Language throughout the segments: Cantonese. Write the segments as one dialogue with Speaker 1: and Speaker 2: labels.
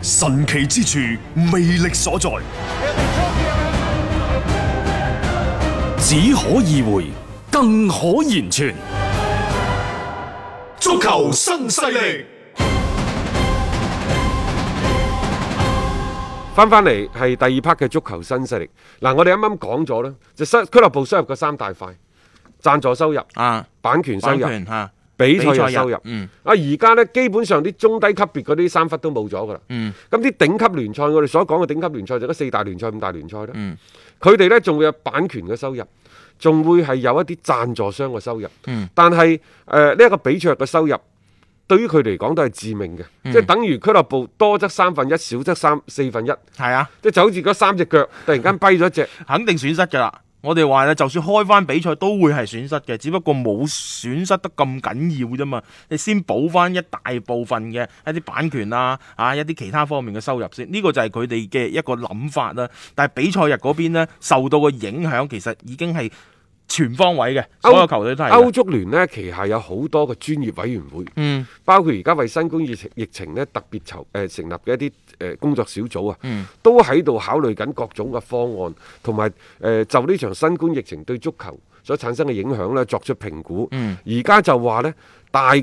Speaker 1: 神奇之處，魅力所在，
Speaker 2: 只可意會，更可言傳。
Speaker 1: 足球新勢力。
Speaker 3: 翻翻嚟係第二 part 嘅足球新勢力。嗱，我哋啱啱講咗啦，就收俱樂部收入嘅三大塊，贊助收入、
Speaker 4: 啊，
Speaker 3: 版權收
Speaker 4: 版
Speaker 3: 入、
Speaker 4: 權嚇，
Speaker 3: 比賽
Speaker 4: 比賽
Speaker 3: 日
Speaker 4: 日
Speaker 3: 收入。
Speaker 4: 嗯
Speaker 3: 啊，而家呢，基本上啲中低級別嗰啲三忽都冇咗噶啦。
Speaker 4: 嗯
Speaker 3: 咁啲頂級聯賽，我哋所講嘅頂級聯賽就嗰四大聯賽、五大聯賽啦。
Speaker 4: 嗯
Speaker 3: 佢哋呢仲會有版權嘅收入，仲會係有一啲贊助商嘅收入。
Speaker 4: 嗯
Speaker 3: 但係誒呢一個比賽日嘅收入。對於佢哋嚟講都係致命嘅，
Speaker 4: 嗯
Speaker 3: 即係等於俱樂部多則三分一，少則三四分一。
Speaker 4: 係啊，
Speaker 3: 即係就好似嗰三隻腳突然間跛咗一隻，
Speaker 4: 肯定損失㗎啦。我哋話咧，就算開翻比賽都會係損失嘅，只不過冇損失得咁緊要啫嘛。你先補翻一大部分嘅一啲版權啊，啊一啲其他方面嘅收入先，呢、個就係佢哋嘅一個諗法啦。但係比賽日嗰邊咧，受到嘅影響其實已經係全方位嘅，所有球隊 都係啊
Speaker 3: 歐
Speaker 4: 嘅。
Speaker 3: 足聯呢旗下有好多嘅專業委員會，
Speaker 4: 嗯
Speaker 3: 包括而家為新冠疫情疫情呢特別籌誒、呃成立嘅一啲誒、呃工作小組啊，
Speaker 4: 嗯
Speaker 3: 都喺度考慮緊各種嘅方案，同埋誒就呢場新冠疫情對足球所產生嘅影響呢作出評估。
Speaker 4: 嗯
Speaker 3: 而家、就話呢，大概。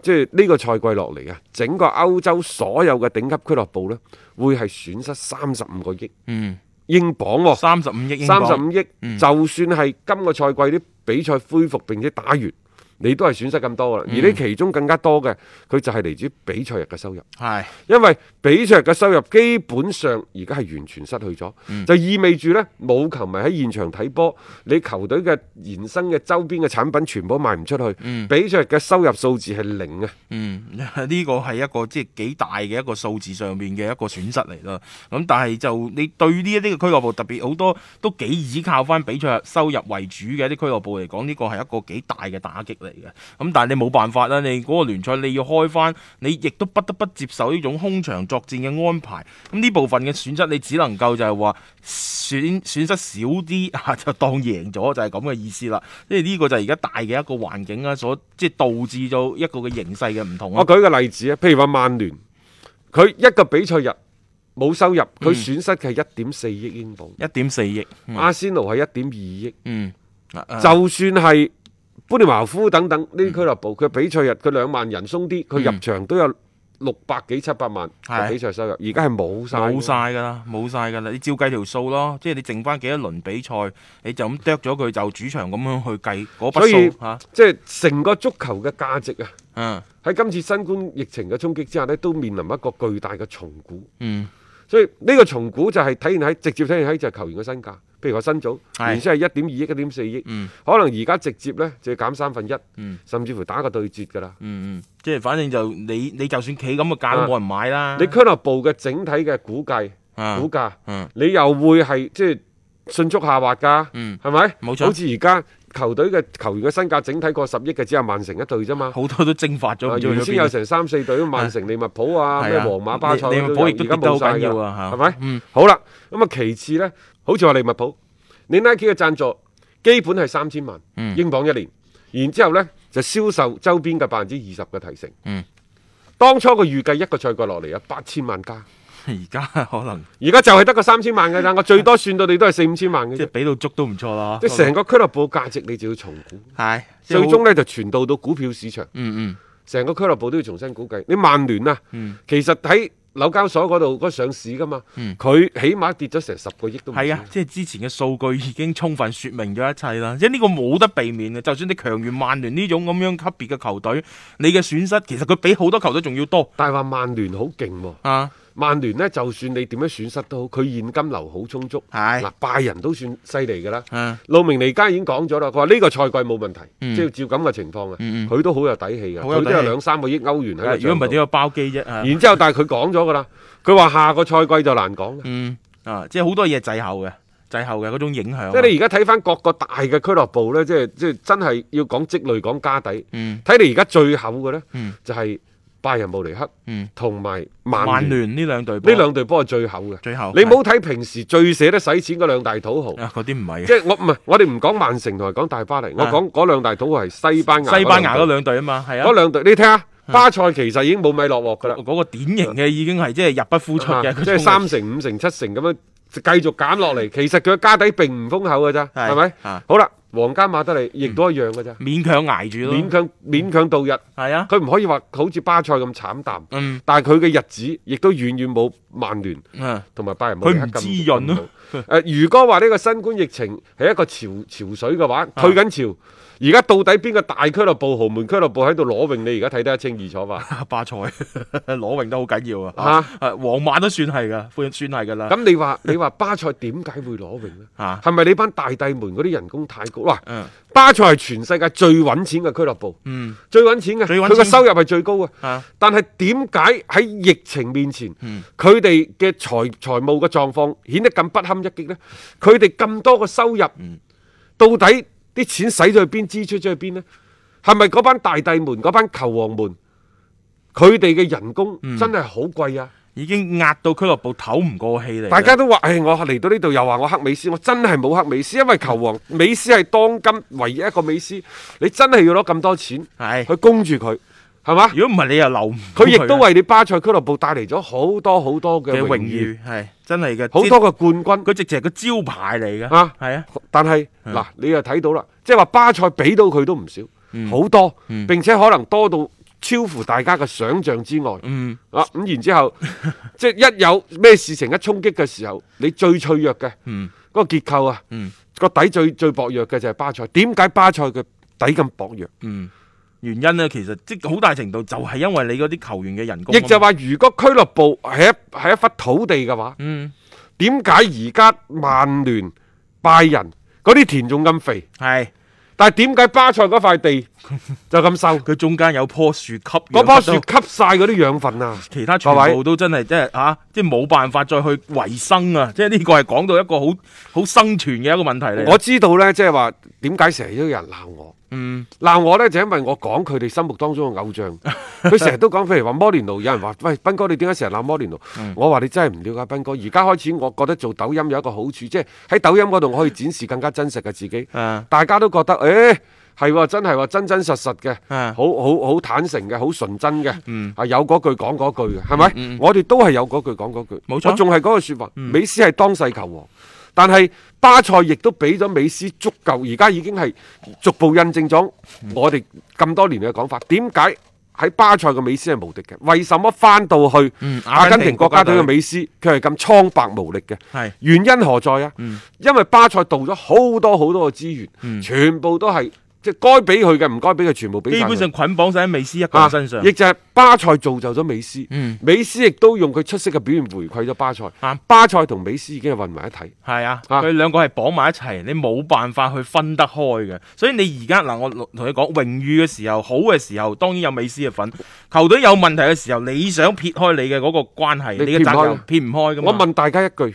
Speaker 3: 即係呢個賽季落嚟啊，整個歐洲所有嘅頂級俱樂部呢，會係損失三十五個億
Speaker 4: 嗯，
Speaker 3: 英鎊喎、
Speaker 4: 三十五億英
Speaker 3: 三十
Speaker 4: 鎊，
Speaker 3: 五億，就算係今個賽季啲比賽恢復並且打完，你都係損失咁多噶啦。而呢其中更加多嘅，佢就係嚟自比賽日嘅收入，
Speaker 4: 係
Speaker 3: 因為比賽日嘅收入基本上而家係完全失去咗，就意味住呢，冇球迷喺現場睇波，你球隊嘅延伸嘅周邊嘅產品全部都賣唔出去，比賽日嘅收入數字係零啊。
Speaker 4: 嗯，呢個係一個即係幾大嘅一個數字上面嘅一個損失嚟啦。咁但係就你對呢一啲嘅俱樂部，特別好多都幾依靠翻比賽收入為主嘅一啲俱樂部嚟講，呢個係一個幾大嘅打擊嚟嘅。咁但係你冇辦法啦，你嗰個聯賽你要開翻，你亦都不得不接受呢種空場作戰嘅安排。咁呢部分嘅損失，你只能夠就係話損損失少啲啊，就當贏咗，就係咁嘅意思啦。即係呢個就係而家大嘅一個環境啊，所即係導致到一個嘅形勢嘅唔同啊
Speaker 3: 我。舉個例子啊，譬如話曼聯，佢一個比賽日冇收入，佢損失嘅係一點四億英鎊。
Speaker 4: 一點四億，
Speaker 3: 阿仙奴係一點二億，
Speaker 4: 嗯，啊啊
Speaker 3: 就算係般尼茅夫等等呢啲俱樂
Speaker 4: 嗯
Speaker 3: 部，佢比賽日佢兩萬人鬆啲，佢入場都有六百幾七百萬嘅
Speaker 4: 係
Speaker 3: 比賽收入，而家係冇晒嘅，
Speaker 4: 冇晒㗎啦，冇晒㗎啦，你照計條數咯，即係你剩翻幾多輪比賽，你就咁剁咗佢就主場咁樣去計嗰
Speaker 3: 所以
Speaker 4: 筆數嚇，
Speaker 3: 即係成個足球嘅價值啊！
Speaker 4: 嗯
Speaker 3: 喺今次新冠疫情嘅衝擊之下呢，都面臨一個巨大嘅重估。
Speaker 4: 嗯
Speaker 3: 所以呢個重估就係體現喺直接體現喺就係球員嘅身價，譬如話新組
Speaker 4: 係
Speaker 3: 原先係一點二億、一點四億，
Speaker 4: 嗯
Speaker 3: 可能而家直接呢就要減三分一，
Speaker 4: 嗯
Speaker 3: 甚至乎打個對折㗎啦。
Speaker 4: 嗯嗯，即係反正就你你就算企咁嘅價都冇人買啦，
Speaker 3: 你俱樂部嘅整體嘅估計
Speaker 4: 啊
Speaker 3: 股價，
Speaker 4: 嗯
Speaker 3: 你又會係即係迅速下滑㗎，
Speaker 4: 嗯
Speaker 3: 係咪？
Speaker 4: 冇錯
Speaker 3: 好似而家球隊嘅球員嘅身價整體過十億嘅，只有曼城一隊啫嘛。
Speaker 4: 好多都蒸發咗，
Speaker 3: 啊
Speaker 4: 唔知去咗
Speaker 3: 原先
Speaker 4: 邊
Speaker 3: 有成三四隊，曼城、利物浦啊，
Speaker 4: 係
Speaker 3: 咩
Speaker 4: 啊
Speaker 3: 皇馬、巴塞
Speaker 4: 利利物浦亦
Speaker 3: 都有而家
Speaker 4: 都跌得
Speaker 3: 冇
Speaker 4: 好
Speaker 3: 晒
Speaker 4: 緊要
Speaker 3: 㗎
Speaker 4: 啊
Speaker 3: 係
Speaker 4: 嚇
Speaker 3: 咪
Speaker 4: 嗯？
Speaker 3: 好啦，咁啊其次呢，好似話利物浦，你 Nike 嘅贊助基本係三千萬
Speaker 4: 嗯
Speaker 3: 英鎊一年，然之後呢，就銷售周邊嘅百分之二十嘅提成。
Speaker 4: 嗯，
Speaker 3: 當初嘅預計一個賽季落嚟有八千萬加。
Speaker 4: 而家可 能
Speaker 3: 而家就係得個三千萬嘅咋，我最多算到你都係四五千萬嘅
Speaker 4: 即係
Speaker 3: 啫。
Speaker 4: 俾到足都唔錯啦，
Speaker 3: 即係成個俱樂部價值你就要重估，
Speaker 4: 係
Speaker 3: 最
Speaker 4: 終
Speaker 3: 終呢就傳導到股票市場，
Speaker 4: 嗯嗯
Speaker 3: 成個俱樂部都要重新估計。你曼聯啊，
Speaker 4: 嗯
Speaker 3: 其實喺紐交所嗰度嗰上市噶嘛，佢、起碼跌咗成十個億都唔止
Speaker 4: 係啊，即係之前嘅數據已經充分説明咗一切啦，即係呢個冇得避免嘅。就算你強如曼聯呢種咁樣級別嘅球隊，你嘅損失其實佢比好多球隊仲要多
Speaker 3: 但係話曼聯好勁喎。
Speaker 4: 啊！
Speaker 3: 曼聯呢，就算你點樣損失都好，佢現金流好充足。
Speaker 4: 係
Speaker 3: 嗱，拜仁都算犀利㗎
Speaker 4: 嗯
Speaker 3: 啦。路明尼加已經講咗啦，佢話呢個賽季冇問題，即係照咁嘅情況啊，佢都好有底氣嘅，
Speaker 4: 嗯好有
Speaker 3: 佢
Speaker 4: 底
Speaker 3: 都
Speaker 4: 氣
Speaker 3: 有兩三個億歐元喺個
Speaker 4: 啊如果唔係
Speaker 3: 帳
Speaker 4: 點有包機啫？啊
Speaker 3: 度然之後，但係佢講咗㗎啦，佢話下個賽季就難講啦。
Speaker 4: 嗯啊，即係好多嘢滯後嘅，滯後嘅嗰種影響。啊
Speaker 3: 即係你而家睇翻各個大嘅俱樂部呢，即係即係真係要講積累、講家底。
Speaker 4: 嗯
Speaker 3: 睇嚟而家最厚嘅呢，
Speaker 4: 嗯
Speaker 3: 就係拜仁慕尼黑
Speaker 4: 嗯
Speaker 3: 同埋
Speaker 4: 曼
Speaker 3: 曼聯
Speaker 4: 聯呢兩隊波
Speaker 3: 呢兩隊波係最厚嘅。
Speaker 4: 最後
Speaker 3: 你冇睇平時最捨得使錢嗰兩大土豪，
Speaker 4: 啊嗰啲唔係
Speaker 3: 即係我唔係我哋唔講曼城同埋講大巴黎，我
Speaker 4: 啊
Speaker 3: 講嗰兩大土豪係西班牙
Speaker 4: 嘅西班牙嗰
Speaker 3: 兩
Speaker 4: 兩隊啊嘛，係
Speaker 3: 隊
Speaker 4: 啊
Speaker 3: 嗰。兩隊，你睇下巴塞其實已經冇米落鑊㗎啦，
Speaker 4: 嗰個典型嘅已經係即係入不敷出
Speaker 3: 啊
Speaker 4: 嘅，
Speaker 3: 即係三成、五成、七成咁樣就繼續減落嚟。其實佢嘅家底並唔豐厚㗎咋，
Speaker 4: 嗯係嗯
Speaker 3: 係咪
Speaker 4: 啊？
Speaker 3: 好啦，皇家馬德里亦都一樣㗎咋，
Speaker 4: 勉強捱住
Speaker 3: 勉
Speaker 4: 咯，
Speaker 3: 強勉強度日，
Speaker 4: 係啊，
Speaker 3: 佢唔可以話好似巴塞咁慘淡，
Speaker 4: 嗯
Speaker 3: 但係佢嘅日子亦都遠遠冇曼聯。
Speaker 4: 嗯
Speaker 3: 同埋拜仁慕尼黑
Speaker 4: 佢唔
Speaker 3: 咁
Speaker 4: 滋潤咯
Speaker 3: 咁好。誒、如果話呢個新冠疫情係一個潮潮水嘅
Speaker 4: 啊
Speaker 3: 話，退緊潮。而家到底邊個大俱樂部、豪門俱樂部喺度裸泳？你而家睇得一清二楚吧？
Speaker 4: 巴塞 攞泳都好緊要啊，
Speaker 3: 嚇
Speaker 4: 啊皇馬都算係噶，算算係噶啦，
Speaker 3: 咁你話你話巴塞點解會裸泳 呢？
Speaker 4: 嚇
Speaker 3: 係咪你班大帝們嗰啲人工太高？哇！
Speaker 4: 嗯
Speaker 3: 巴塞係全世界最揾錢嘅俱樂部，
Speaker 4: 嗯
Speaker 3: 最揾錢嘅，
Speaker 4: 最揾
Speaker 3: 佢嘅
Speaker 4: 錢
Speaker 3: 收入係最高嘅。
Speaker 4: 啊嗯
Speaker 3: 但係點解喺疫情面前，佢哋嘅財財務嘅狀況顯得咁不堪一擊呢？佢哋咁多個收入，
Speaker 4: 嗯
Speaker 3: 到底啲錢使咗去邊，支出咗去邊呢？係咪嗰班大帝們、嗰班球王們，佢哋嘅人工
Speaker 4: 嗯
Speaker 3: 真係好貴啊！
Speaker 4: 已經壓到俱樂部唞唔過氣嚟啦，
Speaker 3: 大家都話：，誒、哎我嚟到呢度又話我黑美斯，我真係冇黑美斯，因為球王美斯係當今唯一一個美斯，你真係要攞咁多錢
Speaker 4: 係
Speaker 3: 去供住佢，係嘛？
Speaker 4: 如果唔係你又留唔到
Speaker 3: 佢亦都
Speaker 4: 啊
Speaker 3: 為你巴塞俱樂部帶嚟咗好多好多嘅
Speaker 4: 嘅
Speaker 3: 榮譽，
Speaker 4: 榮譽係真係嘅，
Speaker 3: 好
Speaker 4: 即
Speaker 3: 多嘅冠軍。
Speaker 4: 佢直情係個招牌嚟嘅
Speaker 3: 啊
Speaker 4: 係啊，
Speaker 3: 但係嗱，你又睇到啦，即係話巴塞俾到佢都唔少，
Speaker 4: 嗯
Speaker 3: 好多，並且可能多到超乎大家嘅想象之外。
Speaker 4: 嗯
Speaker 3: 啊，咁然之後， 即係一有咩事情一衝擊嘅時候，你最脆弱嘅，
Speaker 4: 嗯
Speaker 3: 嗰個結構啊，
Speaker 4: 嗯
Speaker 3: 個底最最薄弱嘅就係巴塞。點解巴塞嘅底咁薄弱？
Speaker 4: 嗯，原因咧其實即好大程度就係因為你嗰啲球員嘅人工啊
Speaker 3: 亦
Speaker 4: 嘛，
Speaker 3: 就話，如果俱樂部係一係一忽土地嘅話，
Speaker 4: 嗯
Speaker 3: 點解而家曼聯、拜仁嗰啲田仲咁肥，
Speaker 4: 係。
Speaker 3: 但係點解巴塞嗰塊地就咁瘦？
Speaker 4: 佢中間有棵樹吸
Speaker 3: 嗰
Speaker 4: 嗰
Speaker 3: 棵樹吸晒嗰啲養分啊！
Speaker 4: 其他全
Speaker 3: 各
Speaker 4: 部
Speaker 3: 位
Speaker 4: 都真係即係嚇，即係冇辦法再去維生啊！即係呢個係講到一個好好生存嘅一個問題嚟。
Speaker 3: 我知道呢，即係話點解成日都有人鬧我，
Speaker 4: 嗯
Speaker 3: 鬧我呢，就因為我講佢哋心目當中嘅偶像，佢成日都講，譬如話摩連奴，有人話喂，斌哥你點解成日鬧摩連奴？我話你真係唔了解斌哥。而家開始，我覺得做抖音有一個好處，即係喺抖音嗰度我可以展示更加真實嘅自己。
Speaker 4: 啊
Speaker 3: 大家都覺得誒。係喎，真係喎，真真實實嘅，
Speaker 4: 啊
Speaker 3: 好好好坦誠嘅，好純真嘅，啊有嗰句講嗰句嘅，係咪？我哋都係有嗰句講嗰句，
Speaker 4: 冇錯
Speaker 3: 我仲係嗰句説話，美斯係當世球王，但係巴塞亦都俾咗美斯足夠，而家已經係逐步印證咗我哋咁多年嘅講法。點解喺巴塞嘅美斯係無敵嘅？為什麼翻到去
Speaker 4: 嗯
Speaker 3: 阿根廷國家隊
Speaker 4: 阿根廷國家隊
Speaker 3: 嘅美斯，佢係咁蒼白無力嘅？
Speaker 4: 係嗯
Speaker 3: 原因何在啊？因為巴塞盜咗好多好多嘅資源，全部都係即係該俾佢嘅，唔該俾佢全部俾
Speaker 4: 基
Speaker 3: 晒佢。
Speaker 4: 本上捆綁晒喺美斯一個
Speaker 3: 啊
Speaker 4: 人身上。
Speaker 3: 亦就係巴塞造就咗美斯，
Speaker 4: 嗯啊
Speaker 3: 美斯亦都用佢出色嘅表現回饋咗巴塞。
Speaker 4: 啱
Speaker 3: 巴塞同美斯已經係混埋一體。
Speaker 4: 係啊，
Speaker 3: 啊
Speaker 4: 佢兩個係綁埋一齊，你冇辦法去分得開嘅。所以你而家嗱，我同你講榮譽嘅時候，好嘅時候，當然有美斯嘅份；球隊有問題嘅時候，你想撇開你嘅嗰個關係，
Speaker 3: 你
Speaker 4: 你嘅責任撇
Speaker 3: 撇
Speaker 4: 唔開噶嘛。
Speaker 3: 我問大家一句：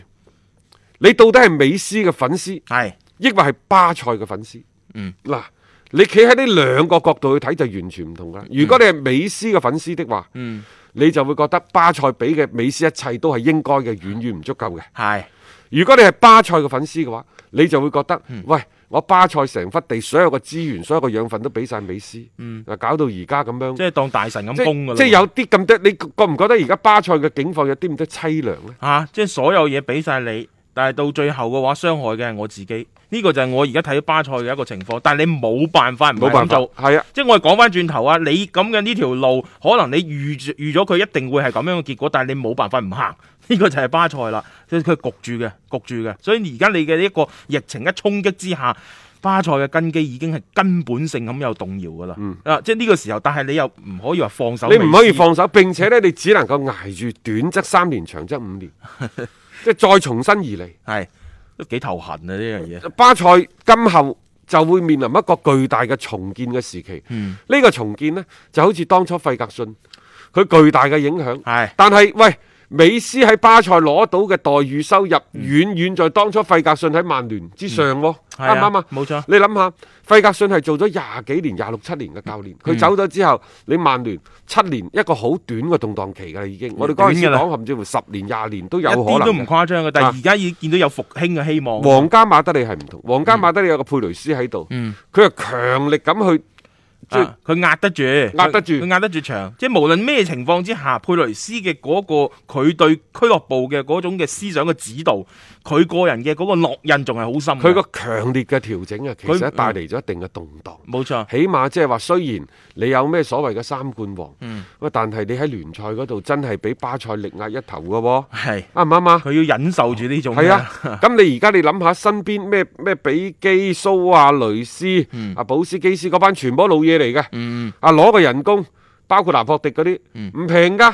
Speaker 3: 你到底係美斯嘅粉絲，
Speaker 4: 係
Speaker 3: 抑或係巴塞嘅粉絲？
Speaker 4: 嗯，
Speaker 3: 嗱，你企喺呢兩個角度去睇就完全唔同噶啦。如果你係美斯嘅粉絲的話，
Speaker 4: 嗯
Speaker 3: 你就會覺得巴塞俾嘅美斯一切都係應該嘅，遠遠唔足夠嘅。
Speaker 4: 係
Speaker 3: 如果你係巴塞嘅粉絲嘅話，你就會覺得，
Speaker 4: 嗯
Speaker 3: 喂，我巴塞成忽地所有嘅資源、所有嘅養分都俾晒美斯，啊，搞到而家咁樣，
Speaker 4: 嗯即係當大神咁
Speaker 3: 即
Speaker 4: 供噶啦。
Speaker 3: 即係有啲咁多，你覺唔覺得而家巴塞嘅境況有啲咁多凄涼呢？
Speaker 4: 啊！即係所有嘢俾晒你，但係到最後嘅話，傷害嘅係我自己。呢、個就係我而家睇巴塞嘅一個情況。但係你冇辦法唔
Speaker 3: 冇
Speaker 4: 係
Speaker 3: 辦
Speaker 4: 咁
Speaker 3: 法，
Speaker 4: 做。
Speaker 3: 係啊，
Speaker 4: 即係我哋講翻轉頭啊，你咁嘅呢條路，可能你預住預咗佢一定會係咁樣嘅結果，但係你冇辦法唔行， 呢、個就係巴塞啦，所以佢焗住嘅，焗住嘅。所以而家你嘅呢一個疫情一衝擊之下，巴塞嘅根基已經係根本性咁有動搖㗎啦。
Speaker 3: 嗯
Speaker 4: 啊，即係呢個時候，但係你又唔可以話放手，
Speaker 3: 你唔可以。放手，並且呢，你只能夠捱住短則三年，長則五年， 即係再重新而嚟。
Speaker 4: 係都幾頭痕啊呢樣嘢。
Speaker 3: 巴塞今後就會面臨一個巨大嘅重建嘅時期。
Speaker 4: 嗯
Speaker 3: 呢、個重建呢，就好似當初費格遜，佢巨大嘅影響。
Speaker 4: 係
Speaker 3: 但係喂，美斯喺巴塞攞到嘅待遇收入，遠
Speaker 4: 嗯
Speaker 3: 遠在當初費格遜喺曼聯之上喎。
Speaker 4: 係
Speaker 3: 啱
Speaker 4: 啊
Speaker 3: 唔啱啊？
Speaker 4: 冇錯
Speaker 3: 你諗下，費格遜係做咗廿幾年、廿六七年嘅教練，
Speaker 4: 嗯
Speaker 3: 佢走咗之後，你曼聯七年一個好短嘅動盪期㗎啦，已經。我哋嗰陣時
Speaker 4: 短㗎啦
Speaker 3: 講，甚至乎十年、廿年都有
Speaker 4: 嗯一
Speaker 3: 可能
Speaker 4: 啲都
Speaker 3: 嘅
Speaker 4: 唔誇張嘅，但
Speaker 3: 啊
Speaker 4: 係而家已經見到有復興嘅希望。
Speaker 3: 皇家馬德里係唔同，皇家馬
Speaker 4: 嗯
Speaker 3: 德里有個佩雷斯喺度，佢係強力咁去，即係
Speaker 4: 啊佢壓得住，
Speaker 3: 壓得住
Speaker 4: 佢壓得住場。即係無論咩情況之下，佩雷斯嘅嗰、個佢對俱樂部嘅嗰種嘅思想嘅指導，佢個人嘅嗰個烙印仲係好深嘅。
Speaker 3: 佢個強烈嘅調整啊，其實
Speaker 4: 嗯佢
Speaker 3: 帶嚟咗一定嘅動盪。
Speaker 4: 冇錯，
Speaker 3: 起碼即係話，雖然你有咩所謂嘅三冠王，
Speaker 4: 嗯
Speaker 3: 喂，但係你喺聯賽嗰度真係俾巴塞力壓一頭嘅喎，
Speaker 4: 係
Speaker 3: 啱唔啱啊？
Speaker 4: 佢要忍受住呢種
Speaker 3: 係啊
Speaker 4: 嘅，
Speaker 3: 咁你而家你諗下身邊咩咩比基、蘇亞雷斯、阿保斯基斯嗰班全部都老嘢嚟嘅，
Speaker 4: 嗯
Speaker 3: 啊攞個人工，包括拿破迪嗰啲唔平噶。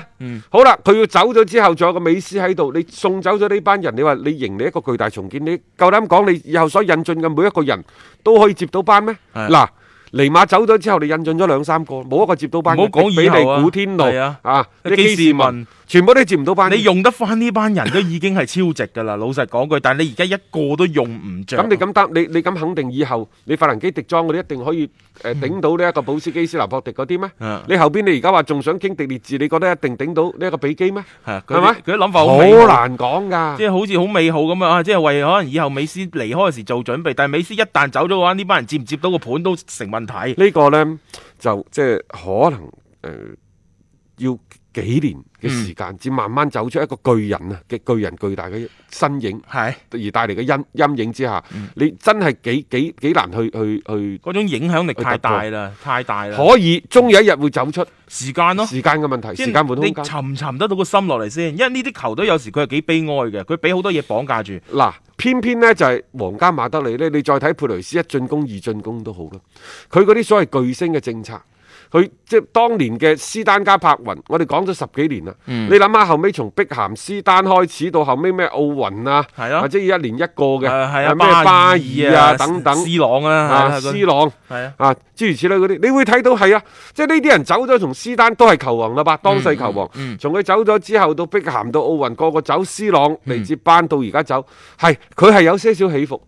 Speaker 3: 好啦，佢要走咗之後，仲有個美斯喺度，你送走咗呢班人，你話你迎你一個巨大重建，你夠膽講你以後所引進嘅每一個人都可以接到班咩？
Speaker 4: 係
Speaker 3: 嗱。尼馬走咗之後，你引進咗兩三個，冇一個接到班嘅。
Speaker 4: 唔好講
Speaker 3: 比
Speaker 4: 以
Speaker 3: 利
Speaker 4: 後啊
Speaker 3: 古天奴
Speaker 4: 係啊
Speaker 3: 啊，
Speaker 4: 基士
Speaker 3: 士
Speaker 4: 文，
Speaker 3: 全部都接唔到班嘅。
Speaker 4: 你用得翻呢班人都已經係超值㗎啦。老實講句，但係你而家一個都用唔着。
Speaker 3: 咁你咁擔，你你咁肯定以後你法蘭基迪莊嗰啲一定可以誒頂到呢一個保斯基斯、拿博迪嗰啲咩
Speaker 4: 嗯？
Speaker 3: 你後邊你而家話仲想傾迪列治，你覺得一定頂到呢一個比基咩？
Speaker 4: 係啊佢
Speaker 3: 係
Speaker 4: 啲
Speaker 3: 咪？
Speaker 4: 佢啲諗法好
Speaker 3: 好
Speaker 4: 美好
Speaker 3: 難講
Speaker 4: 即
Speaker 3: 㗎。
Speaker 4: 係好似好美好咁啊！即係為可能以後美斯離開時做準備，但係美斯一旦走咗嘅話，呢班人接唔接到個盤都成問題。
Speaker 3: 呢個呢，就即係可能誒要幾年嘅時間，至慢慢走出一個巨人啊嘅巨人巨大嘅身影，
Speaker 4: 係
Speaker 3: 而帶嚟嘅陰陰影之下，你真係幾幾幾難去去去。
Speaker 4: 嗰種影響力太大啦，太大啦。
Speaker 3: 可以終有一日會走出
Speaker 4: 時間咯，
Speaker 3: 時間嘅問題，
Speaker 4: 即係
Speaker 3: 時間換空
Speaker 4: 你
Speaker 3: 間。
Speaker 4: 沉唔沉得到個心落嚟先，因為呢啲球隊有時佢係幾悲哀嘅，佢俾好多嘢綁架住。
Speaker 3: 嗱，偏偏呢就係皇家馬德里呢，你再睇佩雷斯一進攻二進攻都好啦，佢嗰啲所謂巨星嘅政策。佢即係當年嘅斯丹加柏雲，我哋講咗十幾年啦。
Speaker 4: 嗯
Speaker 3: 你諗下後尾從碧咸斯丹開始到後尾咩奧運啊，
Speaker 4: 係咯
Speaker 3: 或者一年一個嘅，
Speaker 4: 誒係
Speaker 3: 咩
Speaker 4: 啊，
Speaker 3: 巴
Speaker 4: 爾
Speaker 3: 爾啊等等，
Speaker 4: 斯朗啊，係
Speaker 3: 啊
Speaker 4: 啊
Speaker 3: 斯
Speaker 4: 佢
Speaker 3: 朗
Speaker 4: 係啊，
Speaker 3: 啊諸如此類嗰啲，你會睇到係啊，即係呢啲人走咗，從斯丹都係球王啦吧，當
Speaker 4: 嗯
Speaker 3: 世球王。從佢走咗之後到碧咸到奧運，個個走，斯朗嚟接班到而家走，係佢係有些少起伏。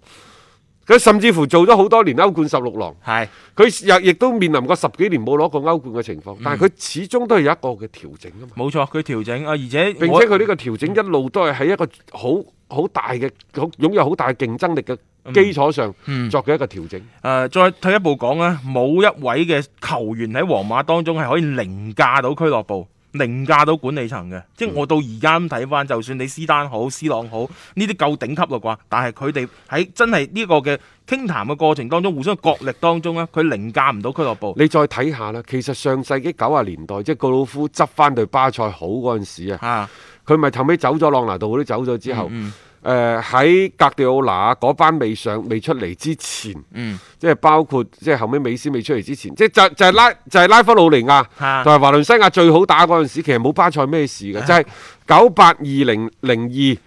Speaker 3: 佢甚至乎做咗好多年歐冠十六郎，
Speaker 4: 係
Speaker 3: 佢又亦都面臨過十幾年冇攞過歐冠嘅情況，但係佢始終都係有一個嘅調整啊嘛。
Speaker 4: 冇錯，佢調整啊，而且
Speaker 3: 並且
Speaker 4: 我
Speaker 3: 佢呢個調整一路都係喺一個好好大嘅、好擁有好大競爭力嘅基礎上
Speaker 4: 嗯
Speaker 3: 作嘅一個調整。
Speaker 4: 誒、呃再退一步講咧，冇一位嘅球員喺皇馬當中係可以凌駕到俱樂部、凌駕到管理層嘅。即
Speaker 3: 嗯
Speaker 4: 係我到而家咁睇翻，就算你斯丹好、斯朗好，呢啲夠頂級啦啩。但係佢哋喺真係呢個嘅傾談嘅過程當中，互相角力當中咧，佢凌駕唔到俱樂部。
Speaker 3: 你再睇下啦，其實上世紀九十年代，即係告魯夫執翻隊巴塞好嗰陣時啊，
Speaker 4: 啊，
Speaker 3: 佢咪後尾走咗朗拿度嗰啲走咗之後，誒喺、
Speaker 4: 嗯
Speaker 3: 格迪奧拿嗰班未上未出嚟之前，
Speaker 4: 嗯
Speaker 3: 即係包括即係後尾美斯未出嚟之前，即係就就係拉就係拉科魯尼亞
Speaker 4: 啊
Speaker 3: 同埋華倫西亞最好打嗰陣時，其實冇巴塞咩事嘅，就係九八二零零二。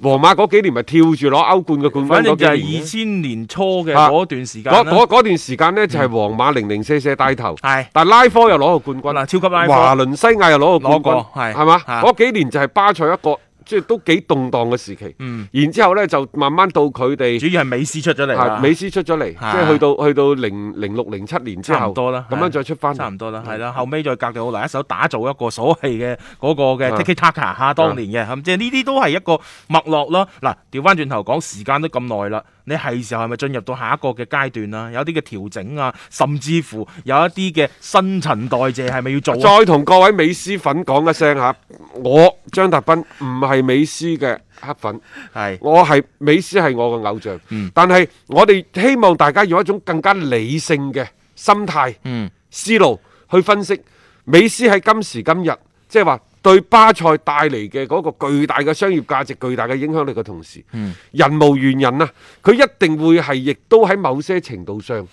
Speaker 3: 皇馬嗰幾年咪跳住攞歐冠嘅冠
Speaker 4: 反
Speaker 3: 軍
Speaker 4: 正就
Speaker 3: 嗰幾
Speaker 4: 係
Speaker 3: 年
Speaker 4: 二
Speaker 3: 嘅
Speaker 4: 千年初嘅
Speaker 3: 啊
Speaker 4: 嗰段時間
Speaker 3: 嗰
Speaker 4: 啦。嗯
Speaker 3: 嗰嗰段時間呢，就係皇馬零零四四帶頭，
Speaker 4: 係
Speaker 3: 但拉科又攞過冠軍，
Speaker 4: 嗱超級拉科
Speaker 3: 華倫西亞又攞過
Speaker 4: 攞
Speaker 3: 冠軍
Speaker 4: 過，係
Speaker 3: 係嘛？
Speaker 4: 啊
Speaker 3: 嗰幾年就係巴塞一個即係都幾動盪嘅時期，
Speaker 4: 嗯
Speaker 3: 然之後呢，就慢慢到佢哋
Speaker 4: 主。要係美斯出咗嚟
Speaker 3: 啊
Speaker 4: 啦，
Speaker 3: 美斯出咗嚟，
Speaker 4: 啊
Speaker 3: 即係去到去到零零六零七年之
Speaker 4: 差
Speaker 3: 後，
Speaker 4: 唔多啦
Speaker 3: 咁
Speaker 4: 係
Speaker 3: 樣再出翻嚟，
Speaker 4: 差唔多啦，係啦，後尾再隔掉好嚟一手打造一個所謂嘅嗰個嘅
Speaker 3: 啊
Speaker 4: tiki taka 嚇，當年
Speaker 3: 嗯
Speaker 4: 嘅咁，即係呢啲都係一個脈絡咯。嗱，調翻轉頭講，時間都咁耐啦，你係時候係咪進入到下一個嘅階段啦？有啲嘅調整啊，甚至乎有一啲嘅新陳代謝係咪要做啊？
Speaker 3: 再同各位美斯粉講一聲嚇，我張達斌唔係係美斯嘅黑粉，
Speaker 4: 係
Speaker 3: 我係美斯係我嘅偶像。但係我哋希望大家用一種更加理性嘅心態、
Speaker 4: 嗯
Speaker 3: 思路去分析美斯喺今時今日，即係話。對巴塞帶嚟嘅嗰個巨大嘅商業價值、巨大嘅影響力嘅同時，人無完人啊！佢一定會係，亦都喺某些程度上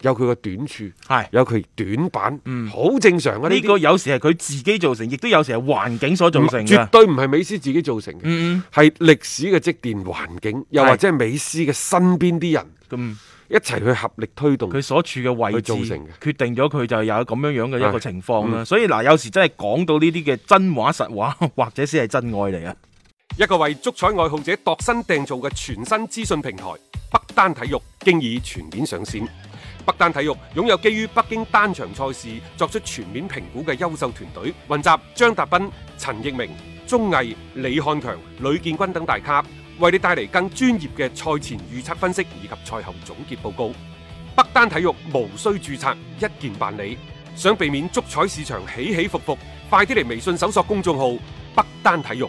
Speaker 3: 有佢嘅短處，
Speaker 4: 係
Speaker 3: 有佢短板，好、正常啊！呢
Speaker 4: 呢
Speaker 3: 個
Speaker 4: 個有時係佢自己造成，亦都有時係環境所造成
Speaker 3: 絕
Speaker 4: 嘅。
Speaker 3: 對唔係美斯自己造成嘅，
Speaker 4: 嗯
Speaker 3: 係歷史嘅積澱環境，又
Speaker 4: 係
Speaker 3: 或者係美斯嘅身邊啲人
Speaker 4: 咁
Speaker 3: 一齊去合力推動。
Speaker 4: 佢所處嘅位置
Speaker 3: 佢造成嘅
Speaker 4: 決定咗佢就有咁樣樣嘅一個
Speaker 3: 係
Speaker 4: 情況啦。所以嗱，有時真係講到呢啲嘅真話實話，或者先係真愛嚟啊！
Speaker 3: 一個為足彩愛好者度身訂造嘅全新資訊平台北單體育，經已全面上線。北單體育擁有基於北京單場賽事作出全面評估嘅優秀團隊，雲集張達斌、陳奕明、鐘毅、李漢強、呂建軍等大咖，為你帶嚟更專業嘅賽前預測分析以及賽後總結報告。北單體育無需註冊，一鍵辦理。想避免足彩市場起起伏伏，快啲嚟微信搜索公眾號北單體育。